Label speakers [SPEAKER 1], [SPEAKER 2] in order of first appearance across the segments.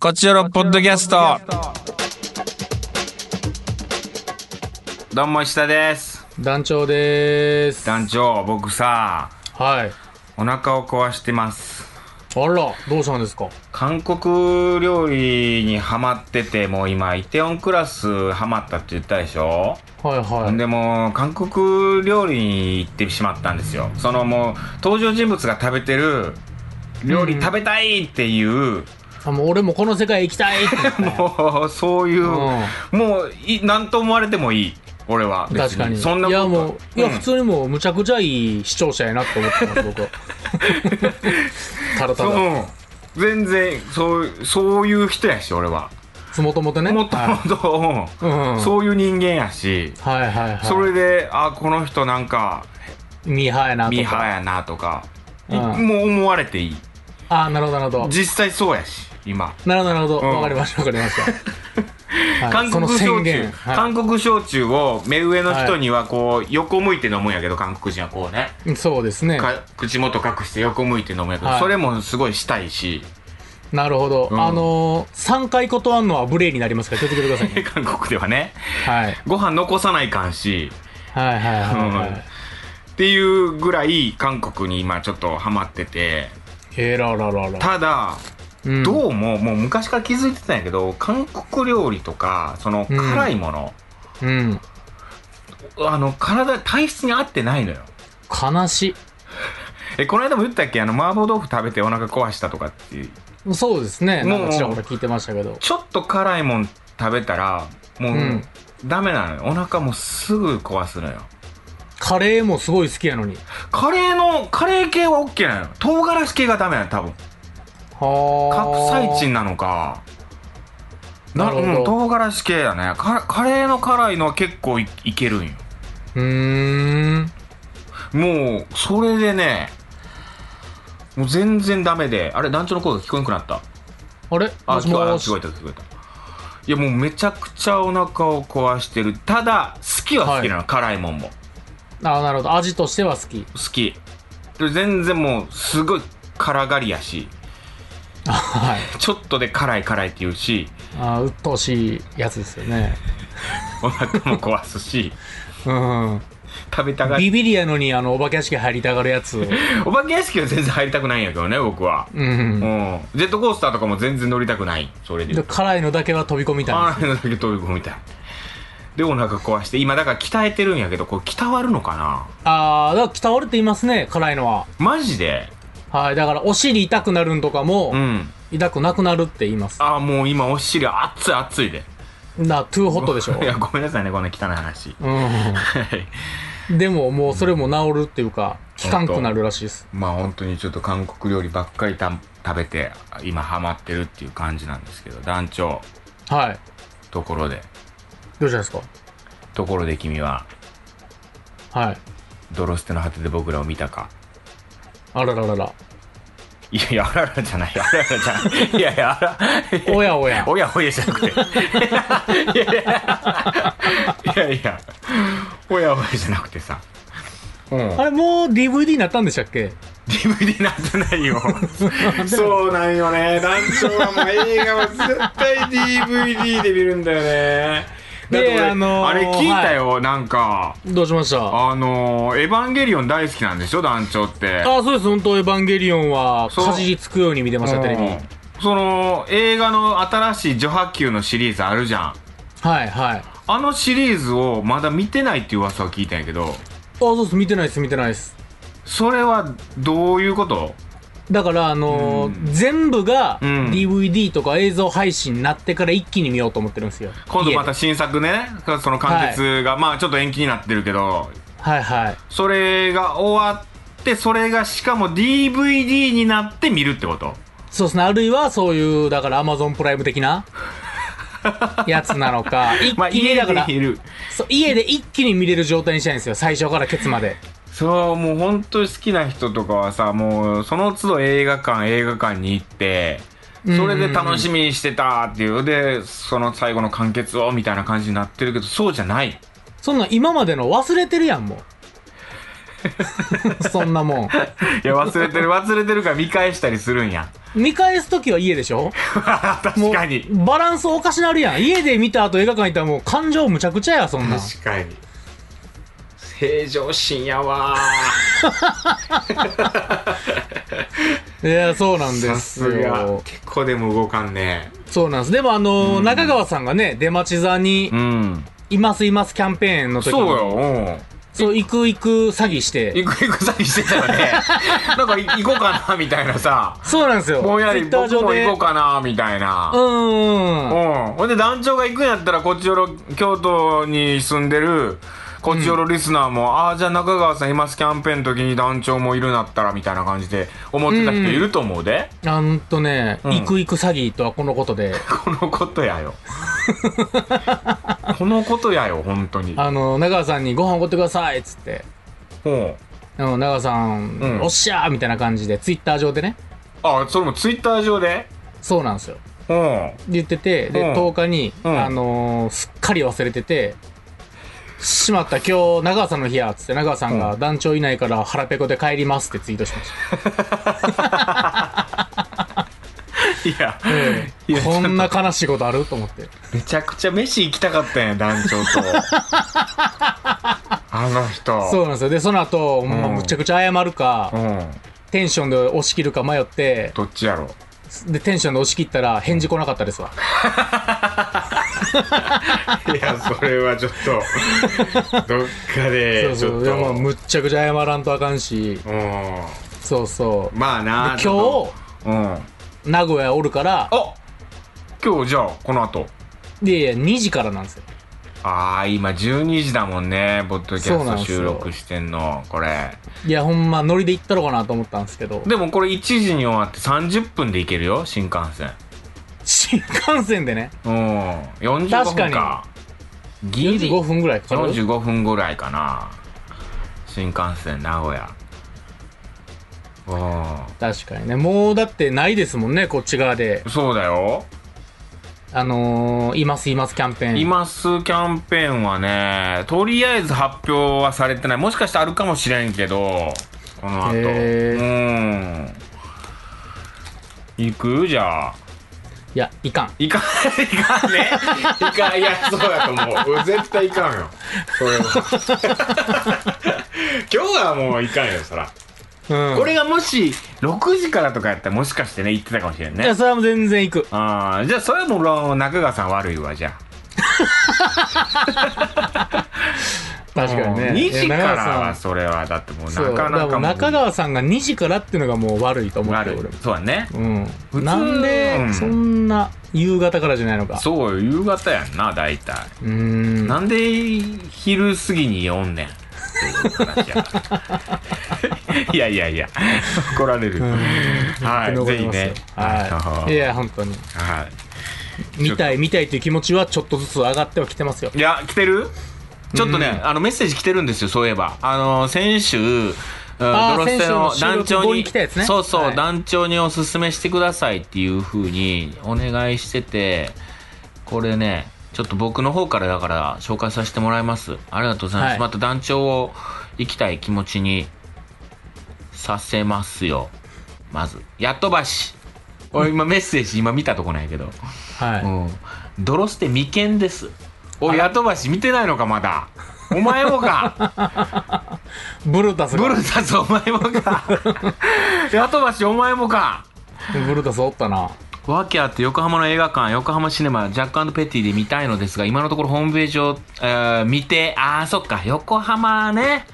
[SPEAKER 1] こちらのポッドキャスト。どうも石田です。
[SPEAKER 2] 団長でーす。
[SPEAKER 1] 団長、僕さ、
[SPEAKER 2] はい。
[SPEAKER 1] お腹を壊してます。
[SPEAKER 2] あら、どうしたんですか
[SPEAKER 1] 韓国料理にハマってて、もう今、イテオンクラスハマったって言ったでしょ、
[SPEAKER 2] はいはい。
[SPEAKER 1] でも、韓国料理に行ってしまったんですよ。そのもう、登場人物が食べてる、料理食べたいっていう、
[SPEAKER 2] あもう俺もこの世界行きたい って言ったんや
[SPEAKER 1] もう、そういう、
[SPEAKER 2] ん
[SPEAKER 1] もうい、なんと思われてもいい。俺は。別
[SPEAKER 2] 確かに。
[SPEAKER 1] そんなこと。
[SPEAKER 2] いやもう、いや
[SPEAKER 1] うん
[SPEAKER 2] 普通にもうむちゃくちゃいい視聴者やなって思ってます、僕 は。ただただ。
[SPEAKER 1] そう全然そうそういう人やし俺は
[SPEAKER 2] もともとね。
[SPEAKER 1] もとも
[SPEAKER 2] は
[SPEAKER 1] と、
[SPEAKER 2] いうんうん
[SPEAKER 1] そういう人間やし、
[SPEAKER 2] いはいはい。
[SPEAKER 1] それであこの人なんか
[SPEAKER 2] ミーハーやなとか。
[SPEAKER 1] ミーハーやなとか、い
[SPEAKER 2] うん
[SPEAKER 1] もう思われていい
[SPEAKER 2] あなるほどなるほど。
[SPEAKER 1] 実際そうやし今、
[SPEAKER 2] なるほどなるほど。
[SPEAKER 1] うん
[SPEAKER 2] わかりましたわかり ました。はい
[SPEAKER 1] 韓
[SPEAKER 2] その
[SPEAKER 1] 国
[SPEAKER 2] 宣
[SPEAKER 1] 焼酎、
[SPEAKER 2] 言。は
[SPEAKER 1] 韓国焼酎を目上の人にはこう横向いて飲むんやけど韓国人はこうね、
[SPEAKER 2] いそうですね。
[SPEAKER 1] か口元隠して横向いて飲むんやけど、
[SPEAKER 2] はい
[SPEAKER 1] それもすごいしたいし
[SPEAKER 2] なるほど。
[SPEAKER 1] ん
[SPEAKER 2] あのー、3回断るのは無礼になりますから気をつけてくだ さいね。
[SPEAKER 1] 韓国ではね
[SPEAKER 2] はい。
[SPEAKER 1] ご飯残さないかんし
[SPEAKER 2] はいはいはい、は
[SPEAKER 1] うん
[SPEAKER 2] い。
[SPEAKER 1] っていうぐらい韓国に今ちょっとハマってて
[SPEAKER 2] えらららら。
[SPEAKER 1] ただ
[SPEAKER 2] うん
[SPEAKER 1] どうももう昔から気づいてたんやけど韓国料理とかその
[SPEAKER 2] うん
[SPEAKER 1] 辛いもの、
[SPEAKER 2] うん。
[SPEAKER 1] あの体体質に合ってないのよ
[SPEAKER 2] 悲し
[SPEAKER 1] えこの間も言ったっけあの麻婆豆腐食べてお腹壊したとかって
[SPEAKER 2] い。そうですね。
[SPEAKER 1] もう
[SPEAKER 2] なんかちらほら聞いてましたけど。
[SPEAKER 1] ちょっと辛いもん食べたらもう、
[SPEAKER 2] うん
[SPEAKER 1] ダメなのよお腹もうすぐ壊すのよ
[SPEAKER 2] カレーもすごい好きやのに。
[SPEAKER 1] カレーのカレー系は OK なのよ唐辛子系がダメなの多分
[SPEAKER 2] はあ。
[SPEAKER 1] カプサイチンなのか。な
[SPEAKER 2] なるほど
[SPEAKER 1] うん、唐辛子系やねカ。カレーの辛いのは結構いいけるんよ。
[SPEAKER 2] うーん。
[SPEAKER 1] もう、それでね、もう全然ダメで、あれ、団長の声が聞こえなくなった。
[SPEAKER 2] あれ
[SPEAKER 1] あ、
[SPEAKER 2] もしも
[SPEAKER 1] 聞
[SPEAKER 2] し
[SPEAKER 1] こえ。た、聞こえた。いや、もうめちゃくちゃお腹を壊してる。ただ、好きは好きなの、辛いもんも。
[SPEAKER 2] あなるほど。味としては好き。
[SPEAKER 1] 好き。で全然もう、すごい辛がりやし、
[SPEAKER 2] はい。
[SPEAKER 1] ちょっとで辛い辛いって言うし、
[SPEAKER 2] あうっとうしいやつですよね。
[SPEAKER 1] お腹も壊すし、
[SPEAKER 2] うん。
[SPEAKER 1] 食べたがり
[SPEAKER 2] ビビりやのに、あの、お化け屋敷入りたがるやつ。
[SPEAKER 1] お化け屋敷は全然入りたくないんやけどね、僕は。
[SPEAKER 2] う。
[SPEAKER 1] うんん。ジェットコースターとかも全然乗りたくない。それで
[SPEAKER 2] で。辛いのだけは飛び込みたいな
[SPEAKER 1] あーあの時飛び込みたい。で、お腹壊して、今だから鍛えてるんやけど、これ鍛わるのかな
[SPEAKER 2] あー、だから北折れていますね、辛いのは。
[SPEAKER 1] マジで
[SPEAKER 2] はい。だから、お尻痛くなるんとかも、
[SPEAKER 1] うん。
[SPEAKER 2] 痛くなくなるって言います。
[SPEAKER 1] ああ、もう今お尻熱い熱いで。
[SPEAKER 2] な、トゥーホットでしょ
[SPEAKER 1] い。や、ごめんなさいね、こんな汚い話。
[SPEAKER 2] う
[SPEAKER 1] はい
[SPEAKER 2] ん。でも、もうそれも治るっていうか、効かんくなるらしいです。
[SPEAKER 1] まあ本当にちょっと韓国料理ばっかりた食べて、今ハマってるっていう感じなんですけど、団長、
[SPEAKER 2] はい。
[SPEAKER 1] ところで、
[SPEAKER 2] どうしたんですか
[SPEAKER 1] ところで君は、
[SPEAKER 2] はい。
[SPEAKER 1] ドロステの果てで僕らを見たか
[SPEAKER 2] あらららら。
[SPEAKER 1] いやいや、あららじゃない、あららじゃない。いやいや、あら、
[SPEAKER 2] おやおや。
[SPEAKER 1] おやおやじゃなくて。いやいや、いやいや、おやおやじゃなくてさ。うん
[SPEAKER 2] あ。れ、もう DVD になったんでしたっけ
[SPEAKER 1] DVD なんてないよ。そうなんよね。団長はもう映画は絶対 DVD で見るんだよね。だ
[SPEAKER 2] で
[SPEAKER 1] って俺
[SPEAKER 2] あのー
[SPEAKER 1] あれ聞いたよ、なんか。
[SPEAKER 2] どうしましたあ
[SPEAKER 1] あのーエヴァンゲリオン大好きなんでしょ、団長って。
[SPEAKER 2] あ、そうです。本当エヴァンゲリオンは、
[SPEAKER 1] そう
[SPEAKER 2] かじりつくように見てました、テレビ。
[SPEAKER 1] うんその映画の新しい序波球のシリーズあるじゃん
[SPEAKER 2] はい、はい。あ、
[SPEAKER 1] あのシリーズをまだ見てないっていう噂を聞いたんやけど
[SPEAKER 2] そうです。見てないです、見てないです。
[SPEAKER 1] それはどういうこと
[SPEAKER 2] だから、あのー全部が
[SPEAKER 1] うん
[SPEAKER 2] DVD とか映像配信になってから一気に見ようと思ってるんですよ。
[SPEAKER 1] 今度
[SPEAKER 2] 家で
[SPEAKER 1] また新作ねその完結が、まあちょっと延期になってるけど
[SPEAKER 2] はいはい。
[SPEAKER 1] それが終わってそれがしかも DVD になって見るってこと
[SPEAKER 2] そうですね。あるいはそういう、だからアマゾンプライム 的なやつなのか。一
[SPEAKER 1] まあ
[SPEAKER 2] 気に、
[SPEAKER 1] 家
[SPEAKER 2] だから
[SPEAKER 1] で見る
[SPEAKER 2] そう、家で一気に見れる状態にしたいんですよ。最初からケツまで。
[SPEAKER 1] そうもう本当に好きな人とかはさもうその都度映画館映画館に行ってそれで楽しみにしてたっていうでその最後の完結をみたいな感じになってるけどそうじゃない
[SPEAKER 2] そんなん今までの忘れてるやん、もう。そんなもん。
[SPEAKER 1] いや、忘れてる、忘れてるから見返したりするんや。
[SPEAKER 2] 見返すときは家でしょも
[SPEAKER 1] 確
[SPEAKER 2] う
[SPEAKER 1] かに。
[SPEAKER 2] バランスおかしなるやん。家で見た後映画館行ったらもう感情むちゃくちゃや、そんなん。
[SPEAKER 1] 確かに。平常心やわ
[SPEAKER 2] いや、そうなん
[SPEAKER 1] ー。
[SPEAKER 2] で
[SPEAKER 1] さ
[SPEAKER 2] す
[SPEAKER 1] すが
[SPEAKER 2] よ。。
[SPEAKER 1] 結構でも動かんね。
[SPEAKER 2] そうなんです。でもあのー中川さんがね、出町座に
[SPEAKER 1] う、ん。
[SPEAKER 2] いますいますキャンペーンの時に、
[SPEAKER 1] そうよ。うん。
[SPEAKER 2] そう、行く行く詐欺して、
[SPEAKER 1] 行く行く詐欺してたらね。なんかい行こうかな、みたいなさ。
[SPEAKER 2] そうなんですよ。
[SPEAKER 1] ぼんやり
[SPEAKER 2] Twitter
[SPEAKER 1] 僕
[SPEAKER 2] 上
[SPEAKER 1] も
[SPEAKER 2] で
[SPEAKER 1] 行こうかな、みたいな。
[SPEAKER 2] うんうんうん。
[SPEAKER 1] うん、ほんで団長が行くんやったらこっちよろ京都に住んでるこっちよろリスナーも、ああじゃあ中川さんいますキャンペーンの時に団長もいるなったらみたいな感じで思ってた人いると思うで、
[SPEAKER 2] なんとね、
[SPEAKER 1] うん
[SPEAKER 2] 行く行く詐欺とはこのこ とで、
[SPEAKER 1] このことや よこのことやよ本当に
[SPEAKER 2] あの、中川さんにご飯おごってくださいっつって、
[SPEAKER 1] うん
[SPEAKER 2] あの中川さん、
[SPEAKER 1] うん
[SPEAKER 2] おっしゃーみたいな感じで、ツイッター上でね、
[SPEAKER 1] あそれもツイッター上で
[SPEAKER 2] そうなんですよ。
[SPEAKER 1] うん
[SPEAKER 2] 言ってて、で、
[SPEAKER 1] うん
[SPEAKER 2] 10日に、
[SPEAKER 1] うん
[SPEAKER 2] あのーすっかり忘れてて、しまった、今日、長川さんの日や、つって、長川さんが、団長いないから腹ペコで帰りますってツイートしまし
[SPEAKER 1] いや、
[SPEAKER 2] た。
[SPEAKER 1] いや
[SPEAKER 2] こんな悲しいことあると思って。
[SPEAKER 1] めちゃくちゃ飯行きたかったんや団長 とあの人
[SPEAKER 2] そうなんですよ。で、その後、ほんま
[SPEAKER 1] うん
[SPEAKER 2] むちゃくちゃ謝るか、
[SPEAKER 1] ん
[SPEAKER 2] テンションで押し切るか迷って、
[SPEAKER 1] どっちやろ
[SPEAKER 2] で、テンションで押し切ったら、返事来なかったですわ。
[SPEAKER 1] いや、それはちょっ と、どっかで、
[SPEAKER 2] そうそう。い
[SPEAKER 1] ち
[SPEAKER 2] や、
[SPEAKER 1] ょっ
[SPEAKER 2] ま
[SPEAKER 1] と、
[SPEAKER 2] あ、むっちゃくちゃ謝らんとあかんし、
[SPEAKER 1] う
[SPEAKER 2] そうそ
[SPEAKER 1] ん。まあ
[SPEAKER 2] う。
[SPEAKER 1] な
[SPEAKER 2] で、
[SPEAKER 1] ちょっとう
[SPEAKER 2] 今
[SPEAKER 1] ん。あ
[SPEAKER 2] 日、名古屋おるから、
[SPEAKER 1] 今日じゃあ、この後。
[SPEAKER 2] で、いや2時からなんですよ。
[SPEAKER 1] ああ、今12時だもんね、ポッドキャ
[SPEAKER 2] そう
[SPEAKER 1] ス
[SPEAKER 2] なん
[SPEAKER 1] ト
[SPEAKER 2] ですよ
[SPEAKER 1] 収録してんの、これ。
[SPEAKER 2] いや、ほんま、ノリで行ったろかなと思ったんですけど、
[SPEAKER 1] でもこれ1時に終わって30分で行けるよ、新幹線。
[SPEAKER 2] 新幹線でね、
[SPEAKER 1] うん。45分か。
[SPEAKER 2] 確か
[SPEAKER 1] ギリ。
[SPEAKER 2] 45分ぐらいかかる。
[SPEAKER 1] 45分ぐらいかな。新幹線、名古屋。う
[SPEAKER 2] 確かにね。もう、だってないですもんね、こっち側で。
[SPEAKER 1] ん。そうだよ。
[SPEAKER 2] あのー、いますいますキャンペーン。
[SPEAKER 1] いますキャンペーンはね、とりあえず発表はされてない。もしかしてあるかもしれんけど、この後。うん。行くじゃあ。
[SPEAKER 2] いや、いかん。
[SPEAKER 1] いかん、いかんね。いかん、いや、そうやと思う。俺絶対いかんよ。それは。 今日はもういかんよ、そら。
[SPEAKER 2] うん。
[SPEAKER 1] これがもし、6時からとかやったらもしかしてね、行ってたかもしれん
[SPEAKER 2] いや、
[SPEAKER 1] ね。
[SPEAKER 2] それはもう全然行く。
[SPEAKER 1] ああ、じゃあそれはもう、中川さん悪いわ、じゃあ。
[SPEAKER 2] 確かにね。
[SPEAKER 1] 2時から
[SPEAKER 2] いや
[SPEAKER 1] はそれはだってもう
[SPEAKER 2] 中川さんそ
[SPEAKER 1] なか
[SPEAKER 2] う。
[SPEAKER 1] な
[SPEAKER 2] だか
[SPEAKER 1] からもう
[SPEAKER 2] 中川さんが2時からっていうのがもう悪いと思っ
[SPEAKER 1] 悪
[SPEAKER 2] てる、
[SPEAKER 1] い
[SPEAKER 2] 俺も。
[SPEAKER 1] そうだね
[SPEAKER 2] う
[SPEAKER 1] 通
[SPEAKER 2] ん。なん
[SPEAKER 1] う
[SPEAKER 2] で、
[SPEAKER 1] ん
[SPEAKER 2] そんな夕方からじゃないのか。
[SPEAKER 1] そうよ夕方やんな大体、
[SPEAKER 2] うーん。
[SPEAKER 1] なんで昼過ぎにおんねんっていう話や いやいやいや怒られる、はい
[SPEAKER 2] 残
[SPEAKER 1] ぜ
[SPEAKER 2] り
[SPEAKER 1] ひ
[SPEAKER 2] ますよ
[SPEAKER 1] ね
[SPEAKER 2] はい。いや、本当に。
[SPEAKER 1] は
[SPEAKER 2] 見たい見たいという気持ちはちょっとずつ上がってはきてますよ
[SPEAKER 1] い、いや来てるちょっとね、
[SPEAKER 2] うん
[SPEAKER 1] あのメッセージ来てるんですよそういえばあの先週うん
[SPEAKER 2] あー
[SPEAKER 1] ドロッセの
[SPEAKER 2] 先週の収
[SPEAKER 1] 団
[SPEAKER 2] 録
[SPEAKER 1] 長
[SPEAKER 2] 後
[SPEAKER 1] に
[SPEAKER 2] に来たやつね
[SPEAKER 1] そうそう、
[SPEAKER 2] はい
[SPEAKER 1] 団長におすすめしてくださいっていうふうにお願いしててこれねちょっと僕の方からだから紹介させてもらいますありがとうございます、
[SPEAKER 2] はい
[SPEAKER 1] また団長を行きたい気持ちにさせますよまずやっとばし俺今メッセージ今見たとこないけど
[SPEAKER 2] はい、
[SPEAKER 1] うん、ドロステ未見ですお
[SPEAKER 2] あ
[SPEAKER 1] い
[SPEAKER 2] ら
[SPEAKER 1] ヤトバシ見てないのかまだお前もか
[SPEAKER 2] ブルタス
[SPEAKER 1] ブ
[SPEAKER 2] が
[SPEAKER 1] ルタスお前も かヤトバシお前もか
[SPEAKER 2] ブルタスおったな
[SPEAKER 1] わけあって横浜の映画館横浜シネマジャックペティで見たいのですが今のところホームページを、えー見てああそっか横浜ね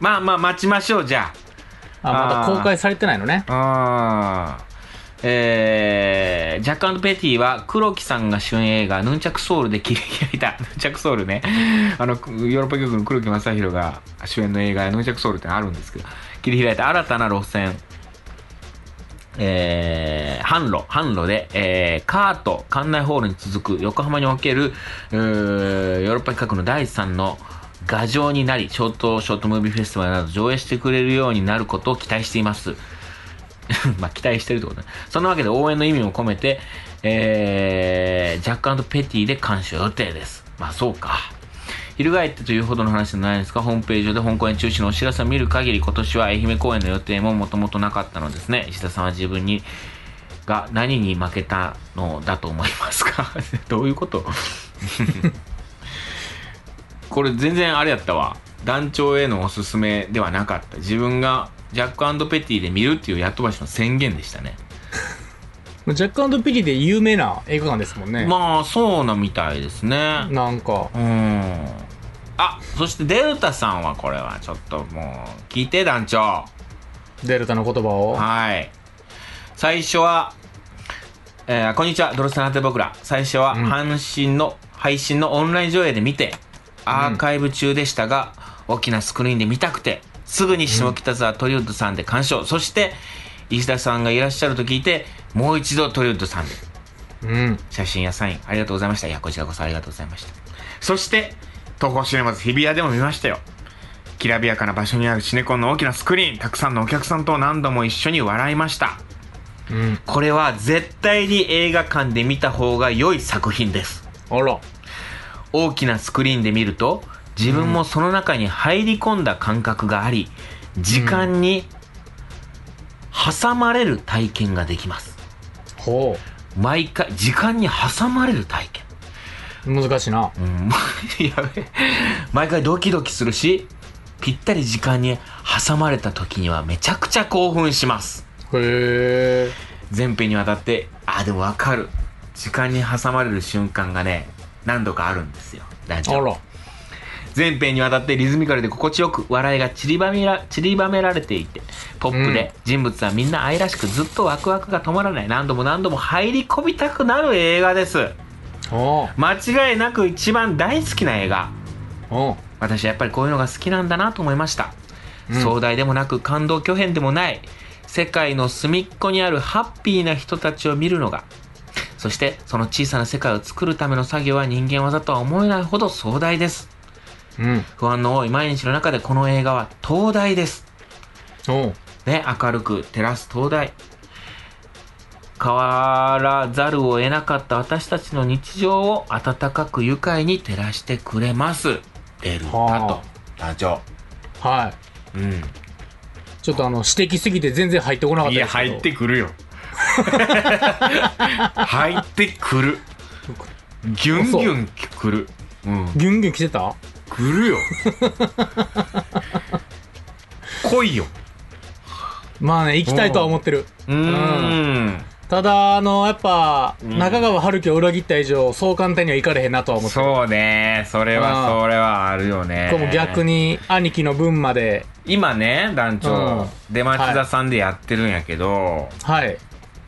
[SPEAKER 1] まあまあ待ちましょうじゃあ
[SPEAKER 2] あま
[SPEAKER 1] あ
[SPEAKER 2] だ
[SPEAKER 1] ー
[SPEAKER 2] 公開されてないのね
[SPEAKER 1] あーえー、ジャックペティは黒木さんが主演映画「ヌンチャクソウル」で切り開いた ヌンチャクソウルねあのヨーロッパ局の黒木正宏が主演の映画「ヌンチャクソウル」ってのあるんですけど切り開いた新たな路線えー、販路、販路で、えー、カート、館内ホールに続く横浜における、うーヨーロッパ企画の第3の牙城になり、ショート、ショートムービーフェスティバルなど上映してくれるようになることを期待しています。 まあ、期待してるってことね。そんなわけで応援の意味も込めて、えー、ジャックペティで鑑賞予定です。まあ、そうか。翻ってというほどの話じゃないですが、ホームページ上で本公演中止のお知らせを見る限り、今年は愛媛公演の予定ももともとなかったのですね。石田さんは自分に、が何に負けたのだと思いますか どういうことこれ全然あれやったわ。団長へのおすすめではなかった。自分がジャックペティで見るっていうやっとばしの宣言でしたね。
[SPEAKER 2] ジャックピリで有名な映画館ですもんね。
[SPEAKER 1] まあ、そうなみたいですね。
[SPEAKER 2] なんか、
[SPEAKER 1] うん。あ、そしてデルタさんはこれはちょっともう、聞いて団長。
[SPEAKER 2] デルタの言葉を。
[SPEAKER 1] はい。最初は、えーこんにちは、ドロスナーテ僕ら。最初は、
[SPEAKER 2] うん
[SPEAKER 1] 阪神の、配信のオンライン上映で見て、アーカイブ中でしたが、大きなスクリーンで見たくて、すぐに下北沢トリウッドさんで鑑賞。そして、石田さんがいらっしゃると聞いて、もう一度トリウッドさんで。
[SPEAKER 2] うん。
[SPEAKER 1] 写真やサインありがとうございました。いや、こちらこそありがとうございました。そして、東宝シネマズ日比谷でも見ましたよ。きらびやかな場所にあるシネコンの大きなスクリーン、たくさんのお客さんと何度も一緒に笑いました。
[SPEAKER 2] うん。
[SPEAKER 1] これは絶対に映画館で見た方が良い作品です。
[SPEAKER 2] あら。
[SPEAKER 1] 大きなスクリーンで見ると、自分もその中に入り込んだ感覚があり、時間に挟まれる体験ができます。
[SPEAKER 2] ほ
[SPEAKER 1] 毎回、時間に挟まれる体験。
[SPEAKER 2] う。難しいな。
[SPEAKER 1] うん やべえ毎回ドキドキするしぴったり時間に挟まれた時にはめちゃくちゃ興奮します
[SPEAKER 2] へえ。
[SPEAKER 1] 全編にわたってあーでもわかる時間に挟まれる瞬間がね何度かあるんですよ大
[SPEAKER 2] あ
[SPEAKER 1] 丈夫
[SPEAKER 2] ら。
[SPEAKER 1] 全編にわたってリズミカルで心地よく笑いが散りばめら散りばめられていてポップで人物はみんな愛らしくずっとワクワクが止まらない何度も何度も入り込みたくなる映画です
[SPEAKER 2] おう。
[SPEAKER 1] 間違いなく一番大好きな映画
[SPEAKER 2] おう。
[SPEAKER 1] 私はやっぱりこういうのが好きなんだなと思いました、
[SPEAKER 2] うん
[SPEAKER 1] 壮大でもなく感動巨変でもない世界の隅っこにあるハッピーな人たちを見るのがそしてその小さな世界を作るための作業は人間技とは思えないほど壮大です
[SPEAKER 2] うん。
[SPEAKER 1] 不安の多い毎日の中でこの映画は灯台です
[SPEAKER 2] おう。
[SPEAKER 1] ね明るく照らす灯台変わらざるを得なかった私たちの日常を温かく愉快に照らしてくれますデルタと
[SPEAKER 2] は
[SPEAKER 1] 団長
[SPEAKER 2] はい。
[SPEAKER 1] うん
[SPEAKER 2] ちょっとあの、指摘すぎて全然入ってこなかった
[SPEAKER 1] いや、
[SPEAKER 2] ですけど。
[SPEAKER 1] 入ってくる よ。入ってくる。ギュンギュンくる。うん。
[SPEAKER 2] ギュンギュン来てた
[SPEAKER 1] くるよ。来いよ。
[SPEAKER 2] まあね、行きたいとは思ってる。
[SPEAKER 1] うーん。
[SPEAKER 2] ただ、あの、やっぱ、
[SPEAKER 1] ん
[SPEAKER 2] 中川春樹を裏切った以上、そう簡単にはいかれへんなとは思ってる。
[SPEAKER 1] そうね。それは、
[SPEAKER 2] うん
[SPEAKER 1] それはあるよね。
[SPEAKER 2] これも逆。に、兄貴の分まで、
[SPEAKER 1] 今ね、団長、出町
[SPEAKER 2] は
[SPEAKER 1] 田
[SPEAKER 2] い
[SPEAKER 1] さんでやってるんやけど、
[SPEAKER 2] はい。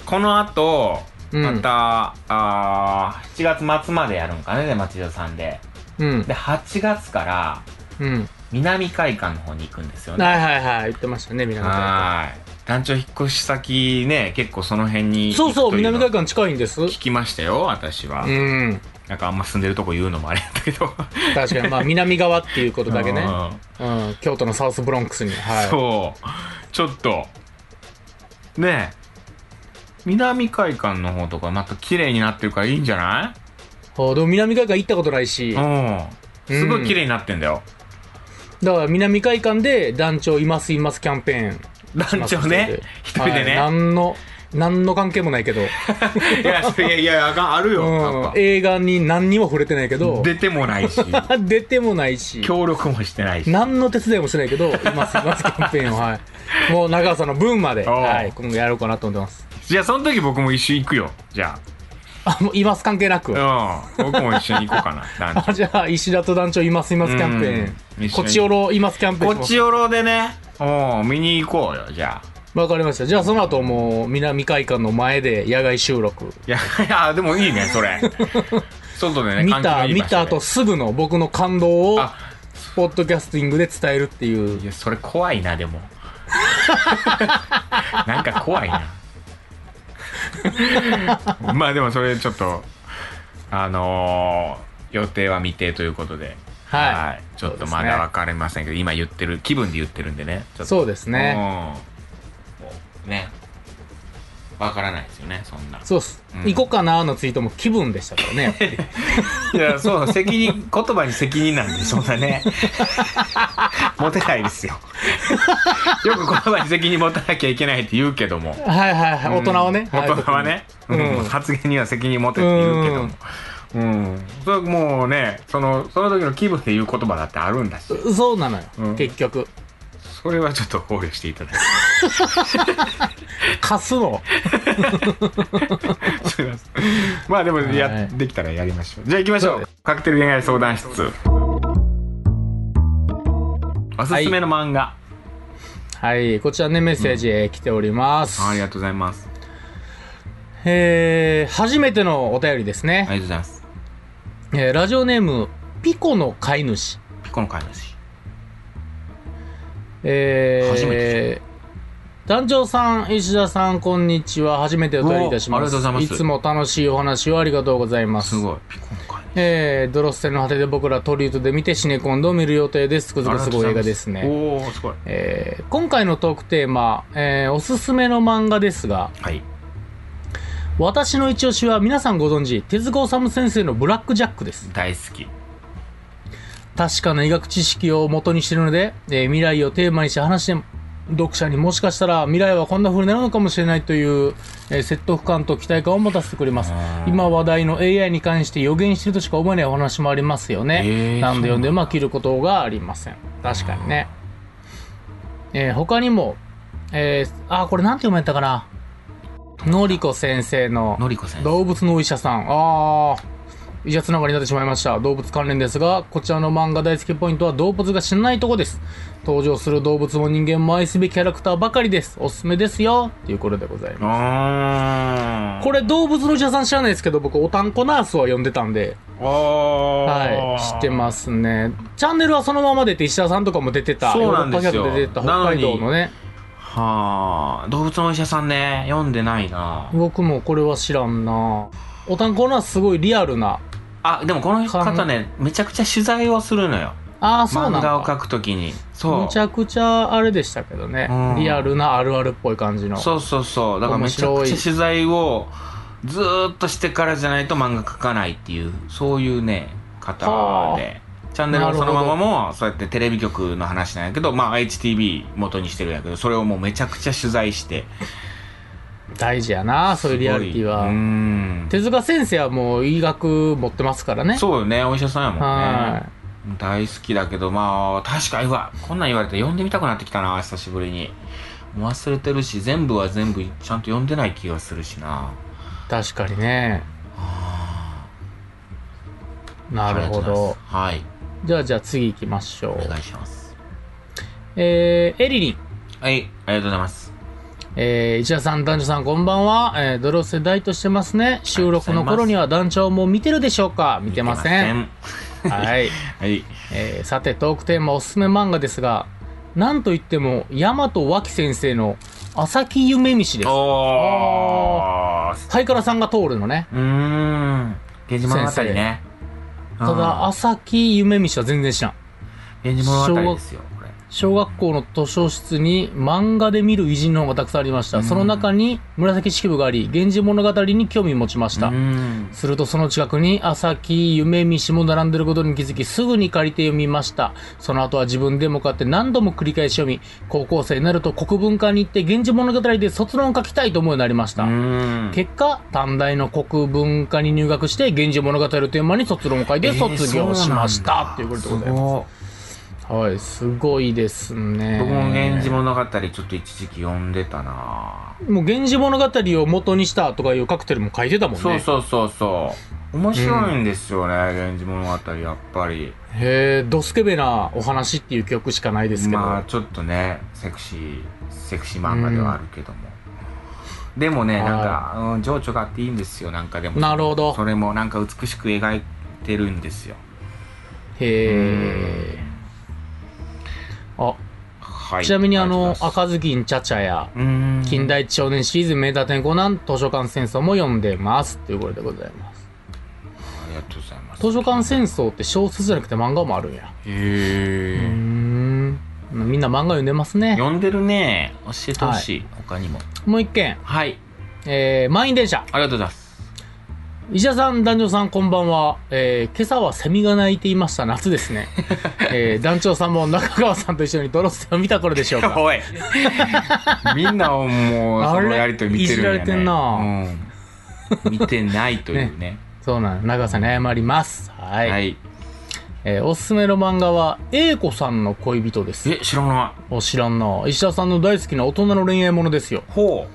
[SPEAKER 1] この後、
[SPEAKER 2] うん
[SPEAKER 1] また、あー7月末までやるんかね、出町田さんで。
[SPEAKER 2] うん。
[SPEAKER 1] で、8月から、
[SPEAKER 2] うん。
[SPEAKER 1] 南海岸の方に行くんですよね。
[SPEAKER 2] はいはいはい。言ってましたね、南海
[SPEAKER 1] はい。団長引っ越し先ね、結構その辺に
[SPEAKER 2] 岸。そうそ
[SPEAKER 1] 行く
[SPEAKER 2] う、
[SPEAKER 1] とい
[SPEAKER 2] 南
[SPEAKER 1] の
[SPEAKER 2] 海岸近いんです。う
[SPEAKER 1] 聞きましたよ、私は。
[SPEAKER 2] ん。
[SPEAKER 1] なんかあんま住んでるとこ言うのもあれだけど。
[SPEAKER 2] 確かに、まあ、南側っていうことだけね。
[SPEAKER 1] うん
[SPEAKER 2] うん。京都のサウスブロンクスに。は。
[SPEAKER 1] そう。ちょっと、ねえ、南海岸の方とかまた綺麗になってるからいいんじゃない
[SPEAKER 2] あでも南海岸行ったことないし
[SPEAKER 1] い、うん。すごい綺麗になってんだよ。
[SPEAKER 2] だから南海岸で団長いますいますキャンペーン。
[SPEAKER 1] 団長ね、一人でね。
[SPEAKER 2] はい何の、何の関係もないけど。
[SPEAKER 1] いや、いやいや、あかんあるよ。
[SPEAKER 2] う
[SPEAKER 1] や
[SPEAKER 2] ん
[SPEAKER 1] っ。
[SPEAKER 2] 映画に何にも触れてないけど
[SPEAKER 1] ぱ。出てもないし、
[SPEAKER 2] 出てもないし。
[SPEAKER 1] 協力もしてないし。
[SPEAKER 2] 何の手伝いもしてないけど、いますいますキャンペーンを、は い。もう中川さんの分まで、
[SPEAKER 1] おう
[SPEAKER 2] はい。今後やろうかなと思ってます。
[SPEAKER 1] じゃあ、その時僕も一緒に行くよ。じゃあ。
[SPEAKER 2] あ、もういます関係なく。
[SPEAKER 1] うん、僕も一緒に行こう かな。団
[SPEAKER 2] あ、じゃあ、石田と団長いますいますキャンペ
[SPEAKER 1] うん
[SPEAKER 2] ーン。こちおろいますキャンペー
[SPEAKER 1] 長こ
[SPEAKER 2] ンし
[SPEAKER 1] っ
[SPEAKER 2] ます。
[SPEAKER 1] ちよろでね、うん、見に行こうよ、じゃあ。
[SPEAKER 2] わかりました。じゃあ、その後もう、南海岸の前で野外収録。
[SPEAKER 1] いや、いや、でもいいね、そ れ。外でね、
[SPEAKER 2] 見
[SPEAKER 1] 換気
[SPEAKER 2] た、
[SPEAKER 1] のいい
[SPEAKER 2] 見
[SPEAKER 1] 場所で
[SPEAKER 2] た後すぐの僕の感動を、
[SPEAKER 1] あ、
[SPEAKER 2] ポッドキャスティングで伝えるっていう
[SPEAKER 1] い。や、それ怖いな、で も。なんか怖いな。 まあでもそれちょっと、あのー予定は未定ということで。
[SPEAKER 2] はい
[SPEAKER 1] ちょっとまだ分かりませんけど、今言ってる、気分で言ってるんでね。ちょっと
[SPEAKER 2] そうですね。
[SPEAKER 1] うん。ね。わからないですよね、そんな。
[SPEAKER 2] そうっす、
[SPEAKER 1] うん
[SPEAKER 2] 行こうかなーのツイートも気分でしたからねやっぱり
[SPEAKER 1] いや、そう、責任、 言葉に責任なんで、そんなね。 持てない ですよ。よく言葉に責任持たなきゃいけないって言うけども。
[SPEAKER 2] はいはいはい大人はね、
[SPEAKER 1] うん大人はね、
[SPEAKER 2] うん
[SPEAKER 1] うん発言には責任持てって言うけども。うん、それはもうねそのその時の気分で言う言葉だってあるんだし
[SPEAKER 2] 特にそうなのよ、
[SPEAKER 1] うん
[SPEAKER 2] 結局
[SPEAKER 1] それはちょっと考慮していただいて
[SPEAKER 2] 貸すの
[SPEAKER 1] すいませんまあでもや、
[SPEAKER 2] はい
[SPEAKER 1] できたらやりましょうじゃあ行きましょ
[SPEAKER 2] そう
[SPEAKER 1] う
[SPEAKER 2] で
[SPEAKER 1] カクテル恋愛相談室おすすめの漫画、
[SPEAKER 2] はいこちらねメッセージ、えー来ております
[SPEAKER 1] ありがとうございます
[SPEAKER 2] えー、初めてのお便りです
[SPEAKER 1] あり
[SPEAKER 2] ね、
[SPEAKER 1] がとうございます
[SPEAKER 2] えーラジオネームピコの飼い主
[SPEAKER 1] ピコの飼い主
[SPEAKER 2] えー、
[SPEAKER 1] 初めて
[SPEAKER 2] 団長さん、石田さん、こんにちは。初めてお便りいたしま
[SPEAKER 1] お
[SPEAKER 2] す。
[SPEAKER 1] ーありがとうございます
[SPEAKER 2] つも楽しいお話をありがとうございます。
[SPEAKER 1] すごいピコの飼い
[SPEAKER 2] えー、ドロステの果てで僕らトリュートで見てシネコンドを見る予定です。つく
[SPEAKER 1] 主
[SPEAKER 2] づくすごい映画です
[SPEAKER 1] ありが
[SPEAKER 2] ね。
[SPEAKER 1] とうございますおおすごい
[SPEAKER 2] えー、今回のトークテーマ、えー、おすすめの漫画ですが、
[SPEAKER 1] はい
[SPEAKER 2] 私の一押しは皆さんご存知、手塚治虫先生のブラックジャックです。
[SPEAKER 1] 大好き
[SPEAKER 2] 確かな医学知識を元にしているので、えー未来をテーマにして話しても読者にもしかしたら未来はこんな風になるのかもしれないという、えー説得感と期待感を持たせてくれます
[SPEAKER 1] ー
[SPEAKER 2] 今話題の AI に関して予言してるとしか思えないお話もありますよね、
[SPEAKER 1] へー
[SPEAKER 2] なんで読んでも飽きることがありません確かにね、えー他にも、えーあーこれなんて読めたかなのりこ先生の
[SPEAKER 1] のりこ先生
[SPEAKER 2] 動物のお医者さんああ医者つながりになってしまいました動物関連ですがこちらの漫画大好きポイントは動物が死なないとこです登場する動物も人間も愛すべきキャラクターばかりですおすすめですよということでございます
[SPEAKER 1] あー
[SPEAKER 2] これ動物のお医者さん知らないですけど僕おたんこナースは読んでたんで、は、
[SPEAKER 1] はい
[SPEAKER 2] 知ってますねチャンネルはそのまま出て石田さんとかも出てた
[SPEAKER 1] そうなんですよ
[SPEAKER 2] ヨーロッパキャットで出てた北海道のね
[SPEAKER 1] はあ動物のお医者さんね読んでないな
[SPEAKER 2] 僕もこれは知らんなおたんこナースすごいリアルな
[SPEAKER 1] あでもこの方ねめちゃくちゃ取材をするのよ
[SPEAKER 2] ああそうなん
[SPEAKER 1] 漫
[SPEAKER 2] だ
[SPEAKER 1] 画を描くときにそう
[SPEAKER 2] むちゃくちゃあれでしたけどね、
[SPEAKER 1] うん
[SPEAKER 2] リアルなあるあるっぽい感じの
[SPEAKER 1] そうそうそうだからめちゃくちゃ取材をずーっとしてからじゃないと漫画描かないっていうそういうね
[SPEAKER 2] は
[SPEAKER 1] 方
[SPEAKER 2] あ
[SPEAKER 1] でチャンネルはそのままもうそうやってテレビ局の話なんやけどまあ HTV 元にしてるんやけどそれをもうめちゃくちゃ取材して
[SPEAKER 2] 大事やなそういうリアリティ
[SPEAKER 1] すごいう
[SPEAKER 2] は
[SPEAKER 1] ん
[SPEAKER 2] 手塚先生はもう医学持ってますからね
[SPEAKER 1] そうよねお医者さんやもんね
[SPEAKER 2] は
[SPEAKER 1] 大好きだけどまあ確かにうわこんなん言われて読んでみたくなってきたな久しぶりにもう忘れてるし全部は全部ちゃんと読んでない気がするしない
[SPEAKER 2] 確かにねなるほ
[SPEAKER 1] ありがとうございま
[SPEAKER 2] ど
[SPEAKER 1] すはい
[SPEAKER 2] じゃあじゃあ次行きましょ
[SPEAKER 1] お
[SPEAKER 2] う
[SPEAKER 1] 願いします
[SPEAKER 2] えー、エリリン
[SPEAKER 1] はいありがとうございます
[SPEAKER 2] えー、石田さん、男女さん、こんばんは。えー、ドロス大としてますね。収録の頃には団長も見てるでしょうか見てません。
[SPEAKER 1] 見てません
[SPEAKER 2] はい。
[SPEAKER 1] はい
[SPEAKER 2] えーさてトークテーマおすすめ漫画ですがなんといっても大和脇先生の「朝木夢見し」です
[SPEAKER 1] おー
[SPEAKER 2] ハイカラさんが通るのね
[SPEAKER 1] うーん源氏物語ね
[SPEAKER 2] ただ
[SPEAKER 1] あ
[SPEAKER 2] 朝木夢見しは全然知らん
[SPEAKER 1] 源氏物語ですよこれ
[SPEAKER 2] 小学校の図書室に漫画で見る偉人の本がたくさんありました、その中に紫式部があり「源氏物語」に興味持ちました、
[SPEAKER 1] うーん
[SPEAKER 2] するとその近くに朝木夢見しも並んでることに気づきすぐに借りて読みましたその後は自分でも買って何度も繰り返し読み高校生になると国文化に行って「源氏物語」で卒論を書きたいと思うようになりまし
[SPEAKER 1] う
[SPEAKER 2] た、
[SPEAKER 1] ーん
[SPEAKER 2] 結果短大の国文化に入学して「源氏物語」をテーマに卒論を書いて卒業しました、ということでございます
[SPEAKER 1] ます
[SPEAKER 2] すはいすごいですね
[SPEAKER 1] 僕も「源氏物語」ちょっと一時期読んでたな、
[SPEAKER 2] もう源氏物語を元にしたとかいうカクテルも書いてたもんね
[SPEAKER 1] そうそうそうそう面白いんですよね「源氏物語」やっぱり
[SPEAKER 2] へえドスケベなお話っていう記憶しかないですけど、
[SPEAKER 1] まあちょっとねセクシーセクシー漫画ではあるけども、でもね
[SPEAKER 2] はい
[SPEAKER 1] なんか、うん、情緒があっていいんですよなんかでも
[SPEAKER 2] なるほど
[SPEAKER 1] それもなんか美しく描いてるんですよ
[SPEAKER 2] へえ。あ、
[SPEAKER 1] はい
[SPEAKER 2] ちなみにあの、
[SPEAKER 1] 赤
[SPEAKER 2] 赤ずきんちゃちゃや、近
[SPEAKER 1] 近
[SPEAKER 2] 代一少年シリーズ名探偵コナン図書館戦争も読んでます。ということでございます。
[SPEAKER 1] ありがとうございます
[SPEAKER 2] 図書館戦争って小説じゃなくて漫画もあるんや。
[SPEAKER 1] へ
[SPEAKER 2] うー
[SPEAKER 1] え
[SPEAKER 2] ん。みんな漫画読んでますね。
[SPEAKER 1] 読んでるね教えてほしい、他にも
[SPEAKER 2] もう一件。
[SPEAKER 1] はい
[SPEAKER 2] えー、満員電車。
[SPEAKER 1] ありがとうございます。
[SPEAKER 2] 医者さん、団長さん、こんばんは。えー、今朝はセミが鳴いていました。夏で すね。えー、団長さんも中川さんと一緒にドロステを見た頃でしょうか。
[SPEAKER 1] おいみんなをもう、
[SPEAKER 2] あ
[SPEAKER 1] そ
[SPEAKER 2] れ
[SPEAKER 1] のやりとり見てるんや、ね。
[SPEAKER 2] いじられてんな
[SPEAKER 1] うん見てないというね。
[SPEAKER 2] そうなんです。中川さんに謝ります。 はい。
[SPEAKER 1] はい。
[SPEAKER 2] えー、おすすめの漫画は、英子さんの恋人です。
[SPEAKER 1] え、知らな
[SPEAKER 2] お、知らんな。医者さんの大好きな大人の恋愛ものですよ。
[SPEAKER 1] い。ほ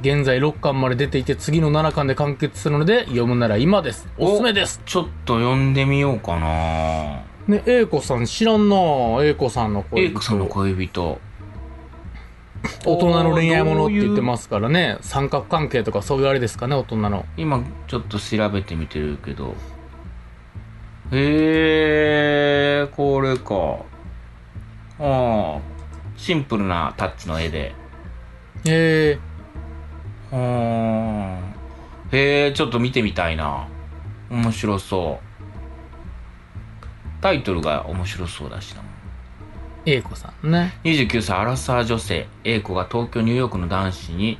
[SPEAKER 2] 現在6巻まで出ていて、次の7巻で完結するので、読むなら今です。
[SPEAKER 1] お
[SPEAKER 2] おすすめです
[SPEAKER 1] う。。ちょっと読んでみようかな。
[SPEAKER 2] ね、英子さん知らんな英子さんの
[SPEAKER 1] エ
[SPEAKER 2] 恋
[SPEAKER 1] イ
[SPEAKER 2] 人
[SPEAKER 1] クさんの恋人。
[SPEAKER 2] 大人の恋愛ものって言って
[SPEAKER 1] す。
[SPEAKER 2] ますからね三角関係とかそういうあれですかね大人の
[SPEAKER 1] 今、ちょっと調べてみてるけど。へえー、これか。ああ。シンプルなタッチの絵で。
[SPEAKER 2] え
[SPEAKER 1] うーんへえちょっと見てみたいな面白そうタイトルが面白そうだしな
[SPEAKER 2] ー、英子さんね
[SPEAKER 1] 29歳アラサー女性 A 子が東京ニューヨークの男子に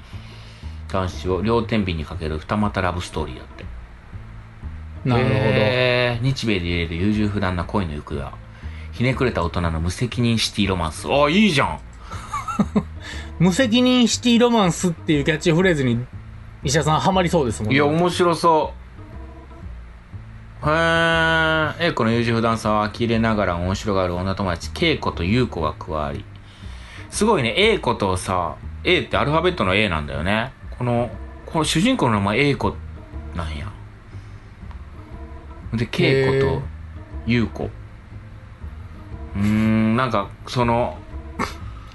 [SPEAKER 1] 男子を両天秤にかける二股ラブストーリーだって
[SPEAKER 2] なるほど、
[SPEAKER 1] へー日米で入れる優柔不断な恋の行方はひねくれた大人の無責任シティロマンスあいいじゃん
[SPEAKER 2] 無責任シティロマンスっていうキャッチフレーズに医者さんハマりそうですもんね
[SPEAKER 1] いや、面白そう。へー。A 子の優柔不断さは呆れながら面白がる女友達、K 子と優子が加わり。すごいね、A 子とさ、A ってアルファベットの A なんだよね。この、この主人公の名前 A 子なんや。で、K 子
[SPEAKER 2] へー
[SPEAKER 1] と優子。うーん、なんか、その、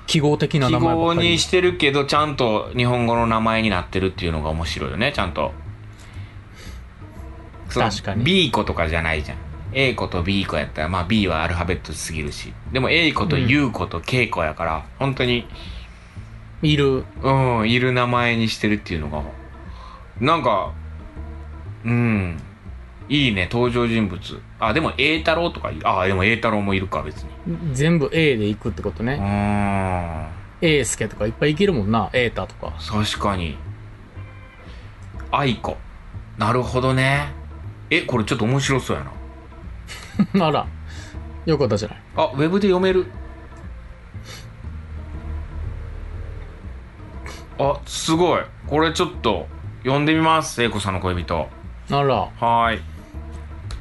[SPEAKER 2] 記号的な
[SPEAKER 1] 記
[SPEAKER 2] 名前ば
[SPEAKER 1] 号
[SPEAKER 2] っかり
[SPEAKER 1] にしてるけど、ちゃんと日本語の名前になってるっていうのが面白いよね、ちゃんと。その
[SPEAKER 2] 確かに
[SPEAKER 1] B 子とかじゃないじゃん。A 子と B 子やったら、まあ B はアルファベットすぎるし。でも A 子と
[SPEAKER 2] うん
[SPEAKER 1] U 子と K 子やから、本当に、
[SPEAKER 2] いる
[SPEAKER 1] うん、いる名前にしてるっていうのが、なんか、うん、いいね、登場人物。あ、でも A 太郎とかいる。あ、でも A 太郎もいるか、別に。
[SPEAKER 2] 全部 A で行くってこと
[SPEAKER 1] う
[SPEAKER 2] ね、
[SPEAKER 1] ーん。
[SPEAKER 2] A スケとかいっぱいいけるもんな A タとか
[SPEAKER 1] 確かに。愛子。なるほどね。え、これちょっと面白そうやな。
[SPEAKER 2] あら よかったじゃない
[SPEAKER 1] あ、ウェブで読める。あ、すごい。これちょっと読んでみます。英子さんの恋人。
[SPEAKER 2] あら
[SPEAKER 1] はーい。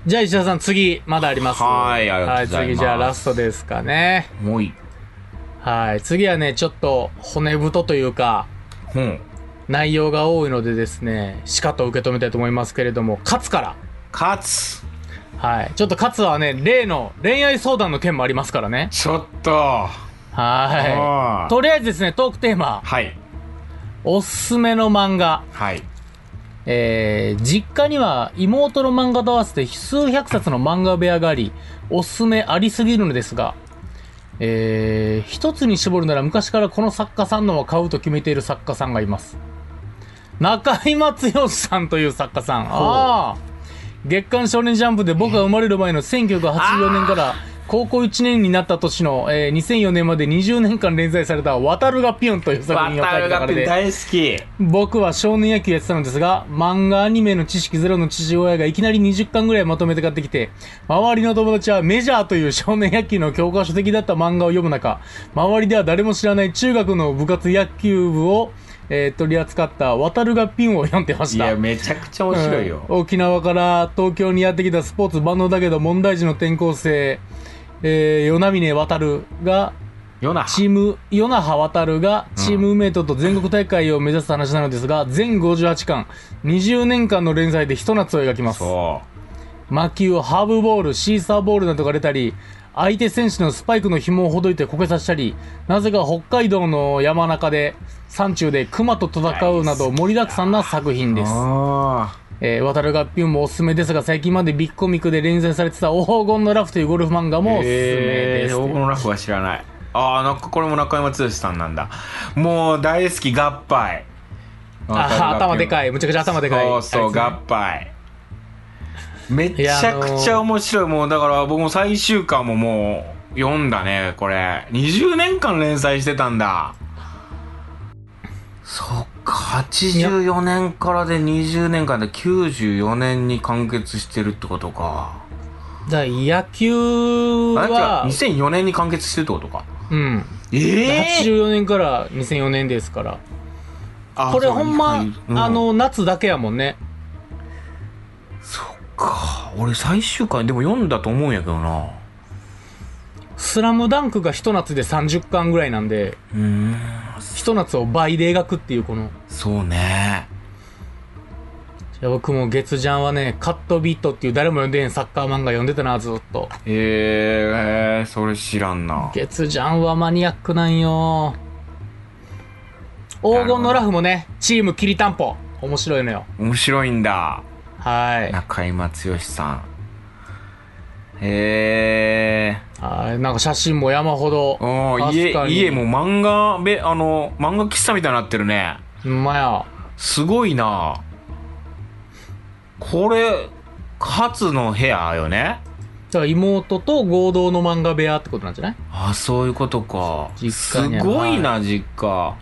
[SPEAKER 2] じゃあ石田さん次まだあります
[SPEAKER 1] はいありがとうございます
[SPEAKER 2] は次じゃあラストですかね
[SPEAKER 1] もういい。
[SPEAKER 2] はい次はねちょっと骨太というか
[SPEAKER 1] 本。
[SPEAKER 2] 内容が多いのでですねしかと受け止めたいと思いますけれども勝つから
[SPEAKER 1] 勝つ。
[SPEAKER 2] はいちょっと勝はね例の恋愛相談の件もありますからね
[SPEAKER 1] ちょっと。
[SPEAKER 2] は
[SPEAKER 1] はい
[SPEAKER 2] とりあえずですねトークテーマ
[SPEAKER 1] はい。
[SPEAKER 2] おすすめの漫画
[SPEAKER 1] はい。
[SPEAKER 2] えー、実家には妹の漫画と合わせて数百冊の漫画部屋があり、おすすめありすぎるのですが、えー、一つに絞るなら昔からこの作家さんのは買うと決めている作家さんがいます。中井松義さんという作家さん。ああ。月刊少年ジャンプで僕が生まれる前の1984年から高校1年になった年の、えー2004年まで20年間連載された渡るがピュンという作品を書いてたからで。
[SPEAKER 1] 大好き。
[SPEAKER 2] 僕は少年野球やってたのですが、漫画アニメの知識ゼロの父親がいきなり20巻ぐらいまとめて買ってきて、周りの友達はメジャーという少年野球の教科書的だった漫画を読む中、周りでは誰も知らない中学の部活野球部を、えー取り扱った渡るがピンを読んでまし
[SPEAKER 1] い
[SPEAKER 2] た
[SPEAKER 1] や、。めちゃくちゃ面白いよ。
[SPEAKER 2] うん沖縄から東京にやってきたスポーツ万能だけど問題児の転校生、えー、与那峰渡るが、
[SPEAKER 1] よな。
[SPEAKER 2] チーム、与那覇渡がチームメイトと全国大会を目指す話なのですが、全58巻、20年間の連載で一夏を描きます。
[SPEAKER 1] そう。
[SPEAKER 2] 魔球をハーブボール、シーサーボールなどが出たり、相手選手のスパイクの紐をほどいてこけさせたり、なぜか北海道の山中で、山中で熊と戦うなど盛りだくさんな作品です。
[SPEAKER 1] ああ。
[SPEAKER 2] えー、渡る合品もおすすめですが、最近までビッグコミックで連載されてた黄金のラフというゴルフ漫画もおすすめで
[SPEAKER 1] え
[SPEAKER 2] す。
[SPEAKER 1] ー、黄金のラフは知らないああなんかこれも中山剛さんなんだもう大好き合杯
[SPEAKER 2] あー頭でか
[SPEAKER 1] い
[SPEAKER 2] い。むちゃくちゃ頭でかい。
[SPEAKER 1] そうそう、
[SPEAKER 2] あいつね
[SPEAKER 1] 合杯めちゃくちゃ面白いもうだから僕も最終巻ももう読んだねこれ20年間連載してたんだそっか84年からで20年間で94年に完結してるってことか。
[SPEAKER 2] だから野球
[SPEAKER 1] あれ違う
[SPEAKER 2] は、
[SPEAKER 1] 2004年に完結してるってことか。
[SPEAKER 2] うん、
[SPEAKER 1] え
[SPEAKER 2] 84年から2004年ですから
[SPEAKER 1] あ
[SPEAKER 2] これ
[SPEAKER 1] そう
[SPEAKER 2] ほんま、
[SPEAKER 1] う
[SPEAKER 2] あの夏だけやもんね
[SPEAKER 1] そっか俺最終回でも読んだと思うんやけどな
[SPEAKER 2] 「スラムダンクがひと夏で30巻ぐらいなんで
[SPEAKER 1] うーん
[SPEAKER 2] ひと夏を倍で描くっていうこの
[SPEAKER 1] そうね
[SPEAKER 2] いや僕も月ジャンはね「カットビット」っていう誰も読んでへんサッカー漫画読んでたなずっと
[SPEAKER 1] えー、それ知らんな
[SPEAKER 2] 月ジャンはマニアックなんよ黄金のラフもねチームきりたんぽ面白いのよ
[SPEAKER 1] 面白いんだ
[SPEAKER 2] はい
[SPEAKER 1] 中居正義さんえ
[SPEAKER 2] はいなんか写真も山ほど
[SPEAKER 1] ー、おー
[SPEAKER 2] 確かに
[SPEAKER 1] 家家も漫画べあの漫画喫茶みたいになってるね
[SPEAKER 2] ほんまや
[SPEAKER 1] すごいなこれ初の部屋よね
[SPEAKER 2] だから妹と合同の漫画部屋ってことなんじゃない
[SPEAKER 1] あそういうことか
[SPEAKER 2] 実
[SPEAKER 1] す
[SPEAKER 2] 家には
[SPEAKER 1] ごいな実家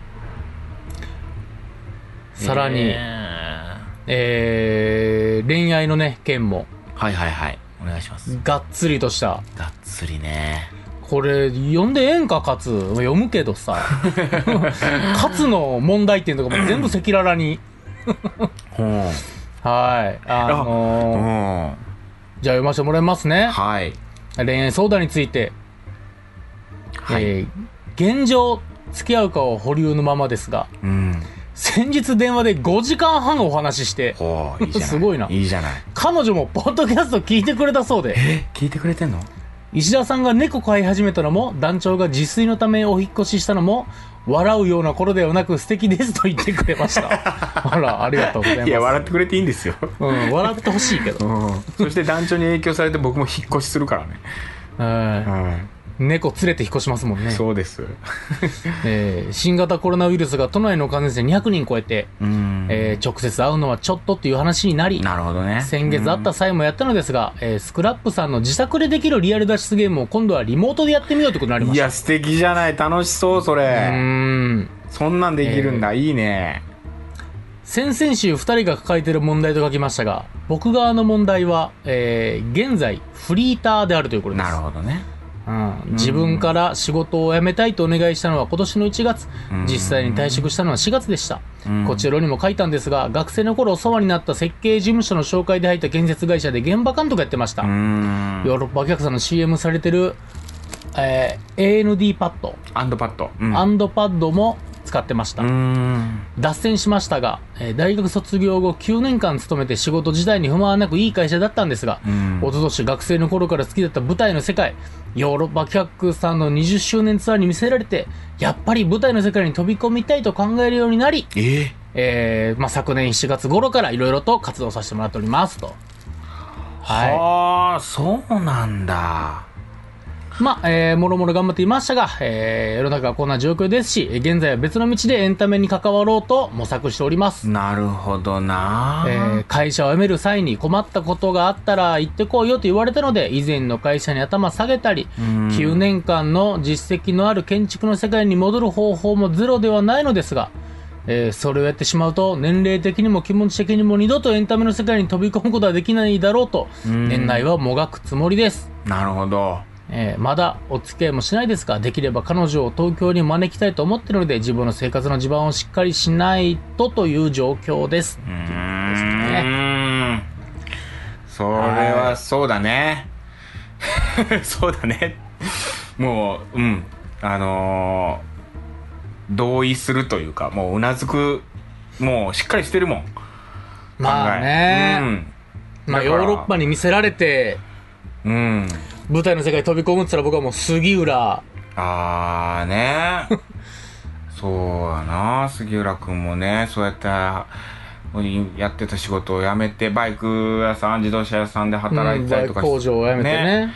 [SPEAKER 2] さらに、
[SPEAKER 1] え
[SPEAKER 2] えー、恋愛のね、件も、
[SPEAKER 1] ーはいはいはいお願いします
[SPEAKER 2] がっつりとした。
[SPEAKER 1] がっつりね
[SPEAKER 2] これ、読んでええんか、勝つ。読むけ どさ。勝つの問題点とかも全部赤裸々に。
[SPEAKER 1] うん
[SPEAKER 2] はい。あのー
[SPEAKER 1] うん
[SPEAKER 2] じゃあ読ませてもらいますね。
[SPEAKER 1] はい
[SPEAKER 2] 恋愛相談について。
[SPEAKER 1] はい、
[SPEAKER 2] えー現状、付き合うかを保留のままですが、
[SPEAKER 1] うん
[SPEAKER 2] 先日電話で5時間半お話しして、
[SPEAKER 1] ほういいじゃない
[SPEAKER 2] すごいない
[SPEAKER 1] いじゃない
[SPEAKER 2] 彼女もポッドキャスト聞いてくれたそうで、
[SPEAKER 1] え聞いてくれてんの
[SPEAKER 2] 石田さんが猫飼い始めたのも団長が自炊のためお引っ越ししたのも笑うような頃ではなく素敵ですと言ってくれました あらありがとうございます
[SPEAKER 1] いや笑ってくれていいんですよ、
[SPEAKER 2] うん、笑ってほしいけど、
[SPEAKER 1] うん、そして団長に影響されて僕も引っ越しするからね、
[SPEAKER 2] は
[SPEAKER 1] はい
[SPEAKER 2] 猫連れて引っ越しますもん
[SPEAKER 1] い、
[SPEAKER 2] ね、
[SPEAKER 1] そうです
[SPEAKER 2] えー新型コロナウイルスが都内の感染者200人超えて、
[SPEAKER 1] うん
[SPEAKER 2] えー直接会うのはちょっとっていう話になり
[SPEAKER 1] なるほどね
[SPEAKER 2] 先月会った際もやったのですが、えースクラップさんの自宅でできるリアル脱出ゲームを今度はリモートでやってみようってことになりま
[SPEAKER 1] い
[SPEAKER 2] した
[SPEAKER 1] や素敵じゃない楽しそうそうれ
[SPEAKER 2] ーん
[SPEAKER 1] そんなんできるんだ、いいね
[SPEAKER 2] 先々週2人が抱えてる問題と書きましたが僕側の問題は、えー現在フリーターであるということです
[SPEAKER 1] なるほどね
[SPEAKER 2] うん、自分から仕事を辞めたいとお願いしたのは今年の1月
[SPEAKER 1] うん
[SPEAKER 2] 実際に退職したのは4月でした
[SPEAKER 1] うん
[SPEAKER 2] こちらにも書いたんですが学生の頃お世話になった設計事務所の紹介で入った建設会社で現場監督やってました
[SPEAKER 1] う
[SPEAKER 2] ヨ
[SPEAKER 1] ん
[SPEAKER 2] ーロッパ客さんの CM されてる、えー AND パッド
[SPEAKER 1] アンドパッドうん
[SPEAKER 2] アンドパッドも使ってました
[SPEAKER 1] うーん
[SPEAKER 2] 脱線しましたが、えー大学卒業後9年間勤めて仕事自体に不満はなくいい会社だったんですが、
[SPEAKER 1] うん
[SPEAKER 2] 一昨年学生の頃から好きだった舞台の世界ヨーロッパ企画さんの20周年ツアーに見せられてやっぱり舞台の世界に飛び込みたいと考えるようになり、
[SPEAKER 1] ええ
[SPEAKER 2] えーまあ、昨年7月頃からいろいろと活動させてもらっておりますと。は
[SPEAKER 1] はあそうなんだ
[SPEAKER 2] い。まあ、えー、もろもろ頑張っていましたが、えー世の中はこんな状況ですし、現在は別の道でエンタメに関わろうと模索しております。
[SPEAKER 1] なるほどな、
[SPEAKER 2] えー会社を辞める際に困ったことがあったら行ってこいよと言われたので以前の会社に頭下げたり
[SPEAKER 1] うん
[SPEAKER 2] 9年間の実績のある建築の世界に戻る方法もゼロではないのですが、えーそれをやってしまうと年齢的にも気持ち的にも二度とエンタメの世界に飛び込むことはできないだろうと
[SPEAKER 1] うん
[SPEAKER 2] 年内はもがくつもりです。
[SPEAKER 1] なるほど
[SPEAKER 2] えーまだお付き合いもしないですが、できれば彼女を東京に招きたいと思っているので、自分の生活の地盤をしっかりしないとという状況です。
[SPEAKER 1] うーんそれはそうだね そうだねもううんあのー同意するというかもううなずくもうしっかりしてるもん
[SPEAKER 2] まあね、まあ、
[SPEAKER 1] だか
[SPEAKER 2] ヨ
[SPEAKER 1] ら
[SPEAKER 2] ーロッパに見せられて、
[SPEAKER 1] うん、うん、
[SPEAKER 2] 舞台の世界に飛び込むって言ったら僕はもう杉浦、
[SPEAKER 1] ああ ねそうやな杉浦君もねそうやってやってた仕事を辞めてバイク屋さん自動車屋さんで働いたりとかし
[SPEAKER 2] 工場を辞めてね。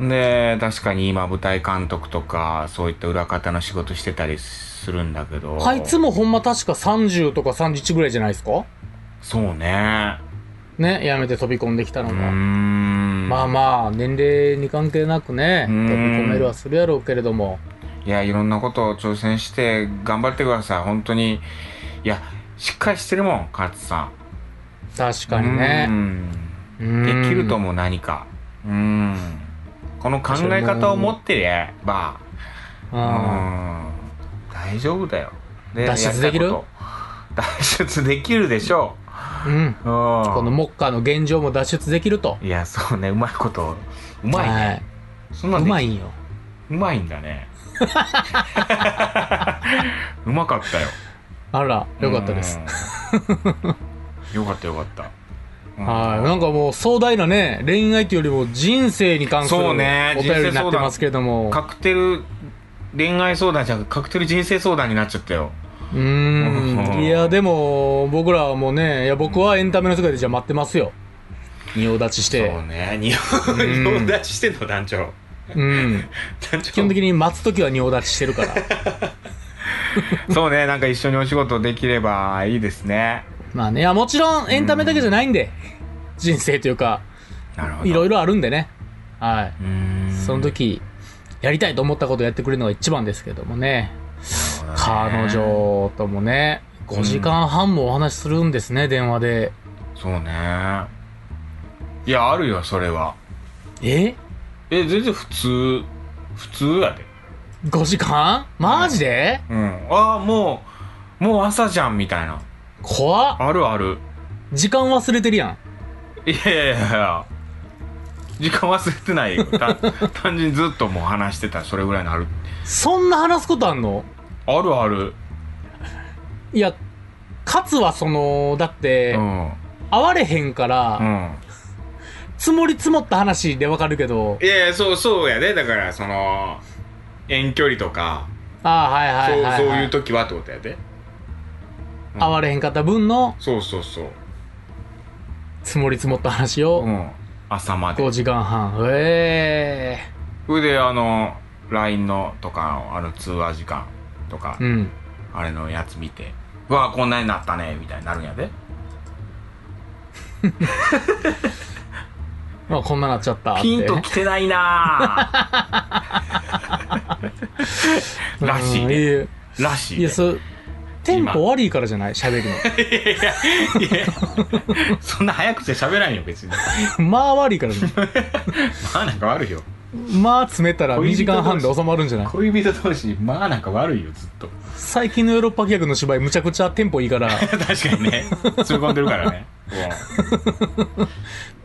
[SPEAKER 1] で確かに今舞台監督とかそういった裏方の仕事してたりするんだけど
[SPEAKER 2] あいつもほんま確か30とか31ぐらいじゃないですか
[SPEAKER 1] そうね
[SPEAKER 2] ね、辞めて飛び込んできたの
[SPEAKER 1] うー
[SPEAKER 2] が。
[SPEAKER 1] ん
[SPEAKER 2] まあまあ、年齢に関係なくね、
[SPEAKER 1] う
[SPEAKER 2] 飛
[SPEAKER 1] ん
[SPEAKER 2] び込めるはするやろうけれども。
[SPEAKER 1] いやいろんなことを挑戦して頑張ってください本当にいや、しっかりしてるもん、勝さん。
[SPEAKER 2] 確かにね。
[SPEAKER 1] うん。で
[SPEAKER 2] で
[SPEAKER 1] きると
[SPEAKER 2] 思
[SPEAKER 1] 思う、何か。うん。この考え方を持ってりゃば、
[SPEAKER 2] う。
[SPEAKER 1] うんん。大丈夫だよ。で
[SPEAKER 2] 脱出できる
[SPEAKER 1] やりたいこと脱出できるでしょ
[SPEAKER 2] うん。
[SPEAKER 1] う。うん。
[SPEAKER 2] この目下の現状も脱出できると。
[SPEAKER 1] いや、そうね、うまいこと。うまいね。
[SPEAKER 2] は
[SPEAKER 1] そん
[SPEAKER 2] い。
[SPEAKER 1] な
[SPEAKER 2] うん
[SPEAKER 1] で
[SPEAKER 2] まいんよ。
[SPEAKER 1] うまいんだ ね。うまかったよ。
[SPEAKER 2] あら、よかったです。
[SPEAKER 1] うん。よかったよかった。うん
[SPEAKER 2] はい。なんかもう壮大なね、恋愛というよりも人生に関する
[SPEAKER 1] そ
[SPEAKER 2] お
[SPEAKER 1] うね
[SPEAKER 2] 便りになってますけれども。
[SPEAKER 1] カクテル恋愛相談じゃなくカクテル人生相談になっちゃったよ。
[SPEAKER 2] うーん。いや、でも、僕らはもうね、いや、僕はエンタメの世界でじゃあ待ってますよ。仁王立ちし
[SPEAKER 1] そ
[SPEAKER 2] て。
[SPEAKER 1] うね。日本
[SPEAKER 2] う
[SPEAKER 1] 日
[SPEAKER 2] ん
[SPEAKER 1] 本出ししてんの団長。
[SPEAKER 2] うん。
[SPEAKER 1] 団長
[SPEAKER 2] 基本的に待つときは仁王立ちして るから。
[SPEAKER 1] そうね。なんか一緒にお仕事できればいいですね。
[SPEAKER 2] まあね、いやもちろんエンタメだけじゃないんで、人生というか、
[SPEAKER 1] なるほど。
[SPEAKER 2] いろ
[SPEAKER 1] い
[SPEAKER 2] いろあるんでね。はい。
[SPEAKER 1] ろ
[SPEAKER 2] その。時、やりたいと思ったことをやってくれるのが一番ですけどもね。彼女ともね、5時間半もお話しするんですね、電話で。
[SPEAKER 1] そうね。いや、あるよ、それは。
[SPEAKER 2] え
[SPEAKER 1] え、全然普通、普通やで。
[SPEAKER 2] ?5 時間マジで
[SPEAKER 1] うん。ああ、もう、もう朝じゃん、みたいな。
[SPEAKER 2] 怖っ
[SPEAKER 1] あるある。
[SPEAKER 2] 時間忘れてるやん。
[SPEAKER 1] いやいやいやいや時間忘れてないよ た単純にずっともう話してたそれぐらいのある
[SPEAKER 2] そんな話すことあんの
[SPEAKER 1] あるある
[SPEAKER 2] いや、勝つはその、だって、
[SPEAKER 1] うん
[SPEAKER 2] 会われへんから、
[SPEAKER 1] うん
[SPEAKER 2] 積もり積もった話でわかるけど、
[SPEAKER 1] いやいやそうそうやでだからその遠距離とか、
[SPEAKER 2] ああ、はいはいはい、はい。
[SPEAKER 1] そうそういう時はってことやで
[SPEAKER 2] 会われへんかった分の
[SPEAKER 1] そうそうそう
[SPEAKER 2] 積もり積もった話を
[SPEAKER 1] ん朝まで
[SPEAKER 2] 5時間半。え
[SPEAKER 1] それであの LINE のとかのあの通話時間とか、
[SPEAKER 2] えうん。
[SPEAKER 1] あれのやつ見てうわこんなになったねみたいになるんやで
[SPEAKER 2] まあこんななっちゃったって。
[SPEAKER 1] ピンときてないな ぁらしいね
[SPEAKER 2] うん
[SPEAKER 1] らしい
[SPEAKER 2] い
[SPEAKER 1] ね
[SPEAKER 2] や、そ、テンポ悪いからじゃない喋る
[SPEAKER 1] いやそんな早くて喋らんよ別に
[SPEAKER 2] の。まあ悪いからじゃな
[SPEAKER 1] まあなんか悪いよ
[SPEAKER 2] い。まあ詰めたら
[SPEAKER 1] 恋
[SPEAKER 2] 2時
[SPEAKER 1] 人同士
[SPEAKER 2] 間半で収まるんじゃない
[SPEAKER 1] 恋人同士まあなんか悪いよずっと
[SPEAKER 2] 最近のヨーロッパ企画の芝居むちゃくちゃテンポいいから、
[SPEAKER 1] 確かにね詰め込んでるからね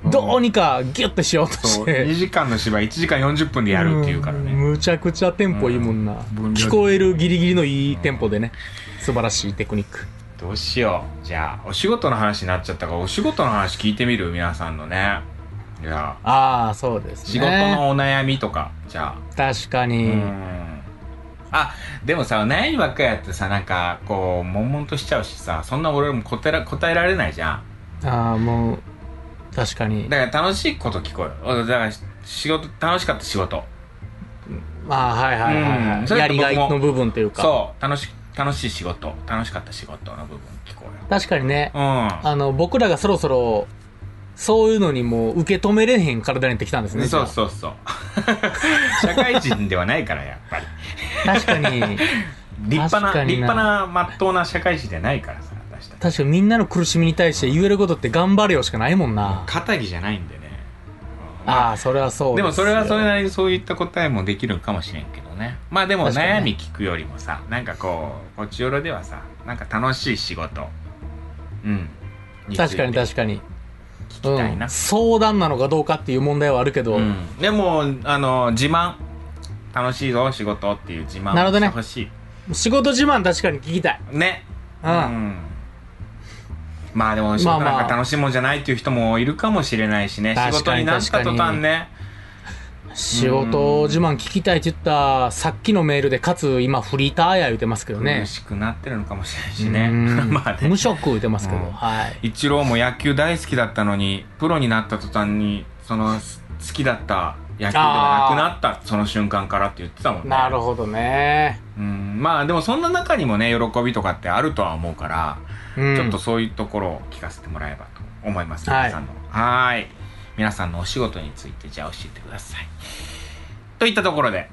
[SPEAKER 1] うん
[SPEAKER 2] どうにかギュッてしようと
[SPEAKER 1] そ
[SPEAKER 2] し
[SPEAKER 1] う2
[SPEAKER 2] て。
[SPEAKER 1] 時間の芝居1時間40分でやるっていうから
[SPEAKER 2] ん
[SPEAKER 1] ね
[SPEAKER 2] むちゃくちゃテンポいいもんな。
[SPEAKER 1] 分量
[SPEAKER 2] 聞こえるギリギリのいいテンポでね。素晴らしいテクニック。
[SPEAKER 1] どうしようじゃあお仕事の話になっちゃったからお仕事の話聞いてみる皆さんのねいや
[SPEAKER 2] ああ、そうですね。
[SPEAKER 1] 仕事のお悩みとかじゃあ
[SPEAKER 2] 確かに。
[SPEAKER 1] うんあでもさ悩みばっかりやってさなんかこう悶々としちゃうしさそんな俺も答えら答えられないじゃ
[SPEAKER 2] ああ、もう、確かに
[SPEAKER 1] ん。だから楽しいこと聞こえよだから仕事楽しかった仕事
[SPEAKER 2] まあ、はいはいはいはい、
[SPEAKER 1] うんそれ
[SPEAKER 2] や
[SPEAKER 1] だと
[SPEAKER 2] り
[SPEAKER 1] 僕も
[SPEAKER 2] がいの部分というか。
[SPEAKER 1] そう楽し楽しい仕事楽しかった仕事の部分聞こえよ
[SPEAKER 2] 確かにね、
[SPEAKER 1] う
[SPEAKER 2] あの、僕らがそろそろ、そういうのにもう受け止めれへん体になってきたんです
[SPEAKER 1] ん
[SPEAKER 2] ね。
[SPEAKER 1] そう
[SPEAKER 2] じ
[SPEAKER 1] そう そう社会人ではないからやっぱり
[SPEAKER 2] ゃあ確かに、
[SPEAKER 1] 立派な
[SPEAKER 2] 確か
[SPEAKER 1] 立
[SPEAKER 2] にな
[SPEAKER 1] 派なまっとうな社会人じゃないからさ私たち
[SPEAKER 2] 確かにみんなの苦しみに対して言えることって頑張れよしかないもんな。
[SPEAKER 1] 肩着じゃないんでねうん
[SPEAKER 2] ああ、それはそう
[SPEAKER 1] です
[SPEAKER 2] よ
[SPEAKER 1] もそれはそれなりにそういった答えもできるかもしれんけどねまあでも
[SPEAKER 2] 確かにね
[SPEAKER 1] 悩み聞くよりもさ、なんかこうこちよろではさなんか楽しい仕事うん
[SPEAKER 2] 確かに
[SPEAKER 1] につい
[SPEAKER 2] 確かに。
[SPEAKER 1] て聞きたい
[SPEAKER 2] うん
[SPEAKER 1] な、
[SPEAKER 2] 相談なのかどうかっていう問題はあるけど、
[SPEAKER 1] うんでもあの自慢楽しいぞ仕事っていう自慢を
[SPEAKER 2] なるほど
[SPEAKER 1] して
[SPEAKER 2] ね
[SPEAKER 1] ほしい
[SPEAKER 2] 仕事自慢確かに聞きたい。
[SPEAKER 1] ね
[SPEAKER 2] うん
[SPEAKER 1] まあでも仕
[SPEAKER 2] まあ
[SPEAKER 1] 事
[SPEAKER 2] まあ
[SPEAKER 1] なんか楽しいもんじゃないっていう人もいるかもしれないしね、仕
[SPEAKER 2] 確
[SPEAKER 1] 事
[SPEAKER 2] かに
[SPEAKER 1] になった途端ね
[SPEAKER 2] 仕事自慢聞きたいって言った、さっきのメールで、かつ今フリーターや言うてますけどね
[SPEAKER 1] 苦。しくなってるのかもしれないし
[SPEAKER 2] う
[SPEAKER 1] ね
[SPEAKER 2] ん
[SPEAKER 1] まあね
[SPEAKER 2] 無職言ってますけど、
[SPEAKER 1] うん
[SPEAKER 2] はい。
[SPEAKER 1] イチローも野球大好きだったのにプロになった途端にそのす好きだった野球ではなくなったその瞬間からって言ってたもんね
[SPEAKER 2] なるほどね。
[SPEAKER 1] うんまあでもそんな中にもね喜びとかってあるとは思うから、
[SPEAKER 2] うん
[SPEAKER 1] ちょっとそういうところを聞かせてもらえばと思います
[SPEAKER 2] は
[SPEAKER 1] 皆
[SPEAKER 2] い
[SPEAKER 1] さんのはーい皆さんのお仕事についてじゃあ教えてくださいといったところで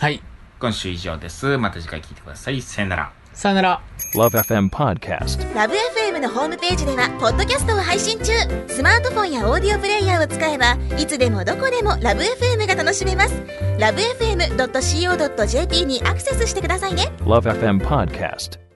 [SPEAKER 2] はい。
[SPEAKER 1] 今週以上ですまた次回聞いてくださいさよなら
[SPEAKER 2] さよなら。
[SPEAKER 3] Love FM Podcast.
[SPEAKER 4] ラブ f m のホームページではポッドキャストを配信中スマートフォンやオーディオプレイヤーを使えばいつでもどこでもラブ f m が楽しめますラブ FM.co.jp にアクセスしてくださいね
[SPEAKER 3] Love FM Podcast.